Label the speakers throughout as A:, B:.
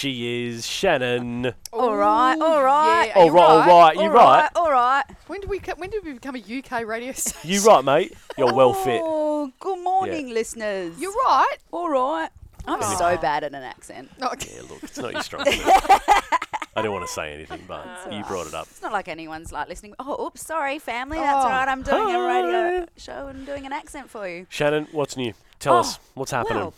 A: she is Shannon.
B: All right, all right.
A: All right, all right, you right.
B: All right.
C: When did we co- when did we become a UK radio station?
A: You right, mate. You're well fit.
B: Oh, good morning, listeners.
C: You're right.
B: All right. I'm
C: Aw.
B: so bad at an accent.
C: No,
A: Yeah, look, it's not your strong suit. I didn't want to say anything, but you brought it up.
B: It's not like anyone's like listening. Oh, oops, sorry, family. That's
C: Oh.
B: all right. I'm doing a radio
A: Hi.
B: show and doing an accent for you.
A: Shannon, what's new? Tell
B: Oh,
A: us what's happening.
B: Well,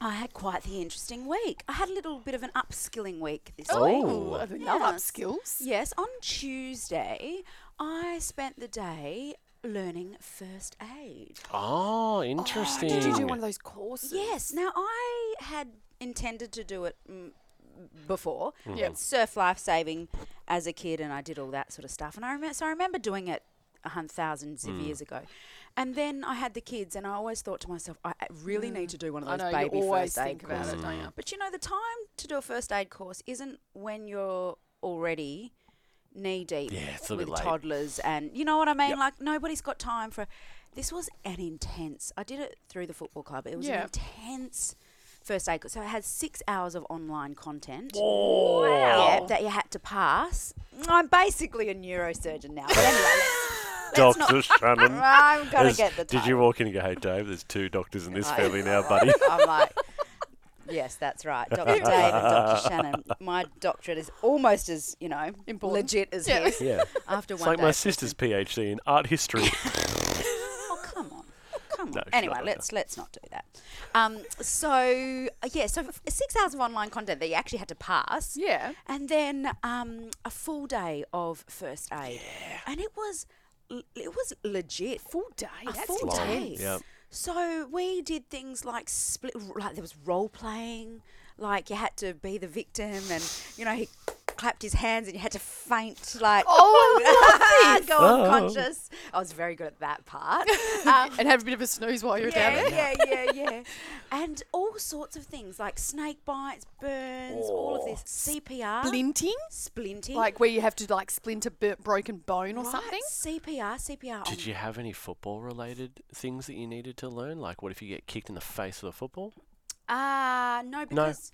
B: I had quite the interesting week. I had a little bit of an upskilling week this
A: Oh.
B: week.
A: Ooh.
C: I think they'll up
B: Yes.
C: skills.
B: Yes, on Tuesday, I spent the day learning first aid.
A: oh,
C: Oh,
A: interesting.
C: did you do one of those courses?
B: Yes. Now I had intended to do it mm, before.
C: Yep.
B: It's surf life saving as a kid, and I did all that sort of stuff. And I remember, so I remember doing it a hundred thousands of years ago. And then I had the kids, and I always thought to myself, I I really need to do one of
C: Mm. I
B: those
C: know
B: baby
C: you always
B: first aid
C: think about
B: courses.
C: it, don't you?
B: But you know, the time to do a first aid course isn't when you're already knee deep
A: Yeah, it's a
B: with
A: bit late.
B: toddlers, and you know what I mean.
A: Yep.
B: Like nobody's got time for. This was an intense. I did it through the football club. It was
C: Yeah.
B: an intense first aid. course. So it had six hours of online content.
A: Oh,
B: Yeah, that you had to pass. I'm basically a neurosurgeon now. But anyway, let's- let's not-
A: Dr. Shannon.
B: I'm gonna
A: There's-
B: get the.
A: Did you
B: title.
A: walk in and go, hey, Dave, there's two doctors in this
B: I-
A: family now, buddy?
B: I'm like, yes, that's right. Dr. Dave and Dr. Shannon. My doctorate is almost as, you know,
C: Important.
B: legit as
C: Yeah.
B: his.
A: yeah.
B: After
A: It's
B: one
A: like
B: day
A: my
B: of
A: sister's PhD in art history.
B: Oh come on, come on.
A: No, it's
B: anyway,
A: not like
B: let's let's not do that. Um, so uh, yeah, so f- six hours of online content that you actually had to pass,
C: Yeah.
B: and then um, a full day of first aid, and it was l- it was legit.
C: Full day.
B: A
C: That's
B: full
A: long.
B: day.
A: Yep.
B: So we did things like split, like there was role playing, like you had to be the victim, and you know he clapped his hands and you had to faint, like oh, go
A: Oh.
B: unconscious. I was very good at that part. Um,
C: And have a bit of a snooze while you're down
B: yeah,
C: there.
B: yeah, yeah, yeah, and all sorts of things like snake bites, burns, all
A: Oh.
B: of this CPR,
C: Splinting?
B: splinting,
C: Like where you have to like splint a b- broken bone or
B: Right,
C: something?
B: CPR, CPR.
A: Did
B: on-
A: you have any football related things that you needed to learn? Like, what if you get kicked in the face with a football?
B: Uh, no, because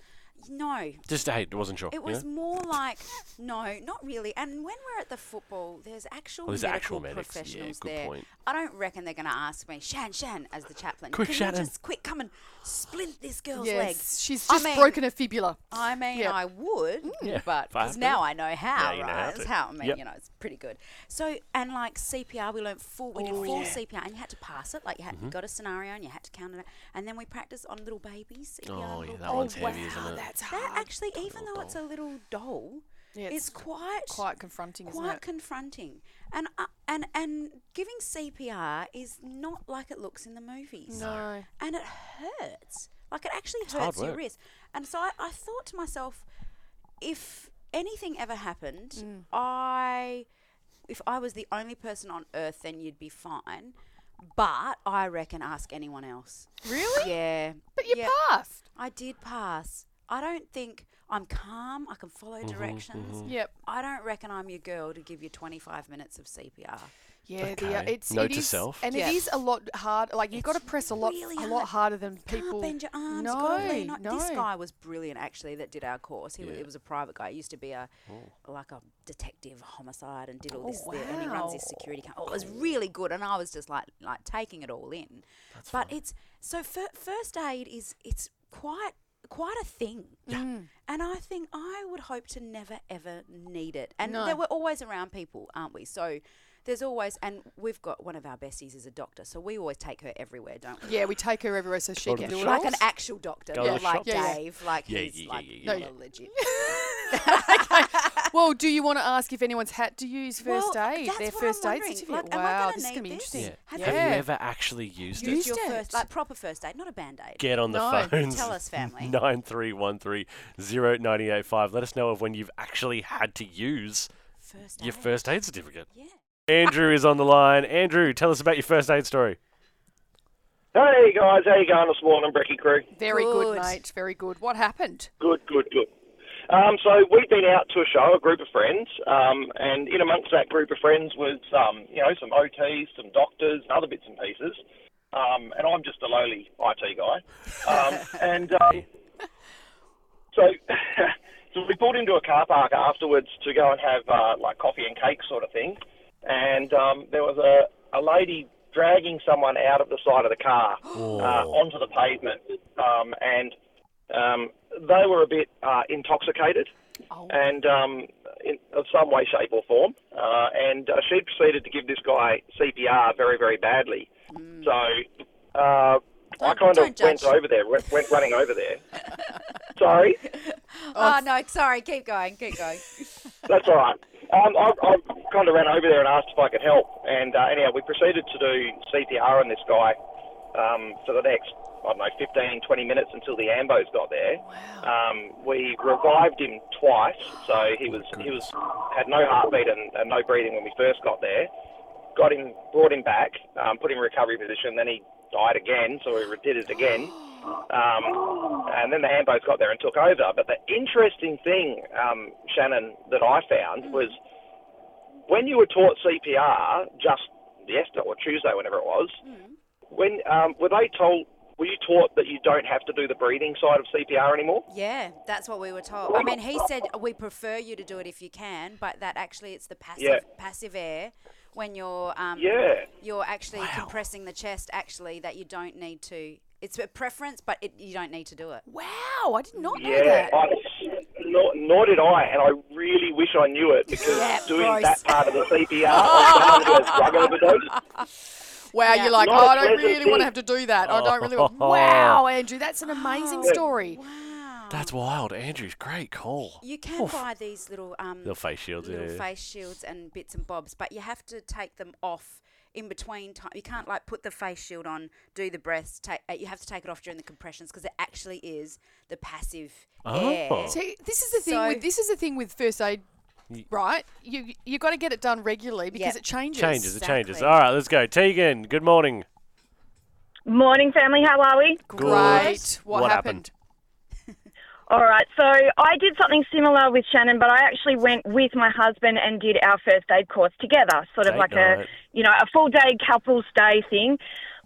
B: no,
A: Just, hey, wasn't sure.
B: It was more like no, not really. And when we're at the football, there's actual
A: Well, Oh, there's
B: medical
A: actual medics. Yeah,
B: professionals
A: good
B: there.
A: point.
B: I don't reckon they're going to ask me, Shan Shan, as the chaplain.
A: Quick,
B: can
A: Shannon."
B: you just quick come and splint this girl's
C: yes.
B: legs?
C: She's
B: I
C: just
B: mean-
C: broken her fibula.
B: I mean,
C: Yeah. Mm.
B: I would,
A: Yeah,
B: but
A: if I
B: because
A: had
B: now I know
A: Yeah,
B: how,
A: you
B: right?
A: know how
B: That's
A: to.
B: how I mean,
A: Yep.
B: you know, it's pretty good. So, and like CPR, we learned full, we did
A: Oh,
B: full CPR, and you had to pass it. Like you had
A: Mm-hmm.
B: you got a scenario, and you had to count it, out. and then we practiced on little babies. CPR on
A: Oh, yeah,
B: little
A: that one's heavy,
C: wow,
A: isn't it?
C: that's
B: that
C: hard.
B: actually, even though it's a little doll,
C: Yeah,
B: it's,
C: it's
B: quite
C: Quite confronting, isn't
B: quite
C: it?
B: confronting. And uh, and and giving CPR is not like it looks in the movies.
C: No.
B: And it hurts. Like it actually
A: hard
B: hurts your
A: work.
B: wrist. And so I, I thought to myself, if anything ever happened,
C: Mm.
B: I if I was the only person on earth, then you'd be fine. But I reckon ask anyone else.
C: Really?
B: Yeah.
C: But you
B: yeah.
C: passed.
B: I did pass. I don't think I'm calm. I can follow directions.
A: Mm.
C: Yep.
B: I don't reckon I'm your girl to give you 25 minutes of CPR.
C: Yeah, the, uh,
A: Okay.
C: it's
A: Note
C: it
A: to
C: is,
A: self.
C: and
B: Yeah.
C: it is a lot hard. Like you've got to
B: It's
C: press a lot,
B: really
C: a lot harder than
B: Can't
C: people.
B: bend your arms.
C: No,
B: gotta lean on-
C: no.
B: This guy was brilliant, actually, that did our course. He wa-
A: Yeah.
B: it was a private guy. He used to be a like a detective, homicide, and did all
C: Oh,
B: this. there, and he runs his
C: wow.
B: security company. Oh, it was really good, and I was just like like taking it all in. but it's so fir- first aid is it's quite quite a thing.
C: Mm.
B: And I think I would hope to never ever need it. And
C: No.
B: there were always around people, aren't we? So there's always, and we've got one of our besties is a doctor, so we always take her everywhere, don't we?
C: Yeah, we take her everywhere so she
A: Go to
C: can
A: the
C: do it.
A: shops.
B: Like
C: all.
B: an actual doctor,
A: Go to
B: not
A: the
B: like
A: shops. Yeah,
C: yeah.
B: Dave, like
A: Yeah,
B: he's
A: yeah,
B: like
A: yeah,
C: yeah, yeah.
B: a legit.
C: well, do you want to ask if anyone's hat to use first
B: Well, uh,
C: aid?
B: that's
C: Their
B: what I'm
C: first aid
B: wondering.
C: certificate.
B: Like, am I
C: wow,
B: gonna
C: this is gonna
B: need
C: be
B: this?
C: interesting.
B: Have
A: Yeah.
B: you-
A: Have
C: Yeah.
A: you ever actually used
B: It's
A: it?
C: Used
B: your
C: it.
B: first, like proper first aid, not a band aid.
A: Get on the
C: No.
A: phones.
B: Tell us, family.
A: 9313 0985. Let us know of when you've actually had to use
B: First aid.
A: your first aid certificate.
B: Yeah.
A: Andrew is on the line. Andrew, tell us about your first aid story.
D: Hey guys, how you going this morning, Brecky crew?
C: Very good.
B: Good.
C: mate. Very good. What happened?
D: Good, good, good. Um, so we've been out to a show, a group of friends, um, and in amongst that group of friends was um, you know some OTs, some doctors, and other bits and pieces. Um, and I'm just a lowly IT guy, um, and um, so So we pulled into a car park afterwards to go and have uh, like coffee and cake sort of thing, and um, there was a, a lady dragging someone out of the side of the car uh, onto the pavement, um, and um, they were a bit uh, intoxicated,
B: Oh.
D: and um, in of some way, shape, or form, uh, and uh, she proceeded to give this guy CPR very, very badly. So uh, I
B: Mm. Don't-
D: kind of
B: don't
D: went
B: judge.
D: over there, went, went running over there. Sorry.
B: Oh, no, sorry. Keep going. Keep going.
D: That's all right. Um, I, I kind of ran over there and asked if I could help, and uh, anyhow, we proceeded to do CPR on this guy um, for the next, I don't know, 15, 20 minutes until the ambos got there. Um, we revived him twice, so he was he was had no heartbeat and, and no breathing when we first got there. Got him, brought him back, um, put him in recovery position. Then he died again, so we did it again. Um, and then the Ambos got there and took over. But the interesting thing, um, Shannon, that I
C: Mm.
D: found was when you were taught CPR just yesterday or Tuesday, whenever it was,
C: Mm.
D: when um, were they told? Were you taught that you don't have to do the breathing side of CPR anymore?
B: Yeah, that's what we were told. I mean, he said we prefer you to do it if you can, but that actually it's the passive
D: Yeah.
B: passive air when you're um,
D: Yeah.
B: you're actually compressing the chest. Actually, that you don't need to. It's a preference, but it, you don't need to do it.
C: Wow, I did not know
D: Yeah,
C: that.
D: I, nor, nor did I, and I really wish I knew it because
B: Yeah,
D: doing
B: gross.
D: that part of the CPR on someone who has drug overdose,
C: Wow,
B: Yeah.
C: you're like, oh,
D: Not a
C: I don't really
D: pleasant
C: want
D: thing.
C: to have to do that. I don't really want. Wow, Andrew, that's an amazing story.
B: Oh. Wow.
A: That's wild, Andrew. Great call. Oh,
B: You can buy these little um
A: Little face shields,
B: little
A: yeah.
B: face shields and bits and bobs, but you have to take them off in between time. You can't like put the face shield on, do the breaths. Take uh, you have to take it off during the compressions because it actually is the passive air.
A: Oh.
C: See, this is the thing.
B: So-
C: with, this is the thing with first aid, right? You you got to get it done regularly because
B: Yeah.
C: it changes.
A: Changes, it changes.
B: Exactly.
A: All right, let's go. Tegan, good morning.
E: Morning, family. How are we?
C: Great. What,
A: What happened?
C: happened?
E: All right. So I did something similar with Shannon, but I actually went with my husband and did our first aid course together, sort of
A: Date
E: like
A: night.
E: a, you know, a full day couples day thing.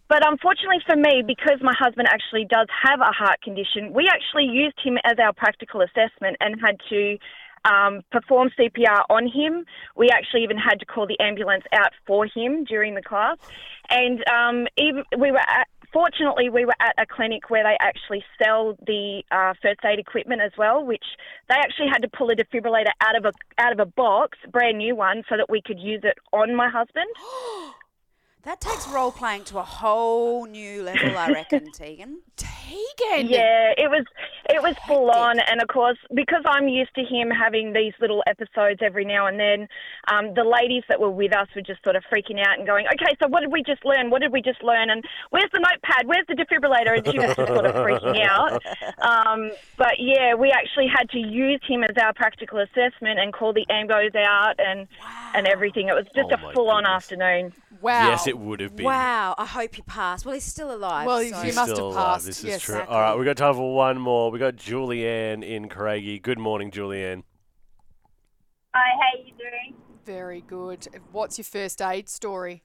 E: But unfortunately for me, because my husband actually does have a heart condition, we actually used him as our practical assessment and had to um, perform CPR on him. We actually even had to call the ambulance out for him during the class, and um, even we were. At, Fortunately, we were at a clinic where they actually sell the uh, first aid equipment as well, which they actually had to pull a defibrillator out of a out of a box, brand new one, so that we could use it on my husband.
B: That takes role playing to a whole new level, I reckon, Tegan.
C: Tegan.
E: Yeah, it was it was full on, and of course, because I'm used to him having these little episodes every now and then, um, the ladies that were with us were just sort of freaking out and going, "Okay, so what did we just learn? What did we just learn? And where's the notepad? Where's the defibrillator?" And she was just sort of freaking out. Um, but yeah, we actually had to use him as our practical assessment and call the ambos out and and everything. It was just
A: Oh, my
E: a full on
A: goodness.
E: afternoon.
C: Wow.
A: Yes, it would have been.
B: Wow, I hope he passed. Well, he's still alive.
C: Well,
B: so-
C: he
A: He's
C: must have
A: still alive,
C: passed,
A: This is
C: yes,
A: true.
C: exactly.
A: All right, we've got time for one more. We've got Julianne in Craigie. Good morning, Julianne.
F: Hi, how you doing?
C: Very good. What's your first aid story?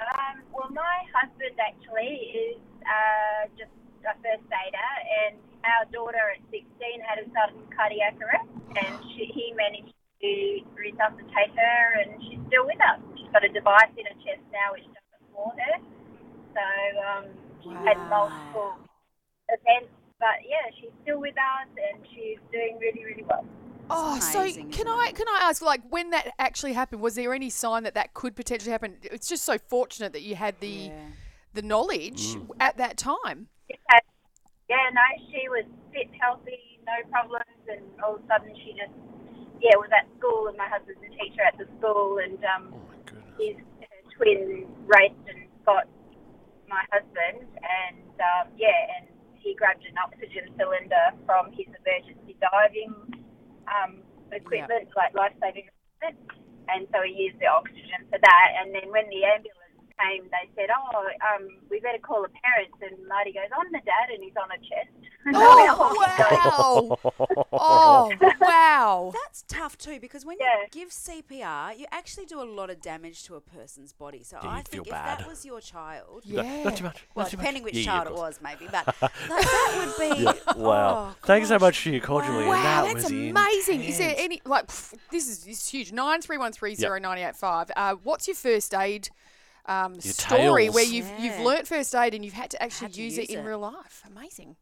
F: Um, well, my husband actually is uh, just a first aider, and our daughter at 16 had a sudden cardiac arrest, and she, he managed to resuscitate her, and she's still with us. She's got a device in her chest now which doesn't floor her. So um, she's had multiple events, but yeah, she's still with us, and she's doing really, really well.
C: Oh, so
B: amazing,
C: can
B: isn't
C: I can I ask, like, when that actually happened, was there any sign that that could potentially happen? It's just so fortunate that you had the
B: Yeah.
C: the
A: Mm.
C: knowledge at that time.
F: had, yeah, no, she was fit, healthy, no problems, and all of a sudden she just, yeah, was at school, and my husband's a teacher at the school, and um,
A: Oh, my goodness.
F: his her twin raced and got my husband, and um, yeah, and he grabbed an oxygen cylinder from his emergency diving um, equipment, like life saving equipment, and so he used the oxygen for that. And then when the ambulance came, they said, "Oh, um, we better call the parents." And Marty goes, "I'm the dad, and he's on a chest."
C: Oh, wow. Oh, wow.
B: That's tough too because when you
E: Yeah.
B: give CPR, you actually do a lot of damage to a person's body. So
A: Yeah,
B: I
A: you'd feel
B: think if
A: bad.
B: that was your child,
A: No, Not too
C: Yeah.
A: much. not
B: well,
A: too much.
B: depending which
A: Yeah, yeah,
B: child
A: of
B: it
A: course.
B: was, maybe, but like, that would be
A: Wow.
B: oh,
A: Thanks so
B: gosh.
A: much for your call, Julian.
C: Wow,
A: that
C: that's
A: was
C: amazing. Is there
A: intense.
C: any like pff, this is this is huge? Nine three one three zero nine eight five. Uh, what's your first aid um,
A: Your
C: story
A: tales.
C: where you've you've
B: Yeah.
C: learnt first aid and you've had to actually
B: Had to
C: use, it
B: use
C: in
B: it.
C: real life? Amazing.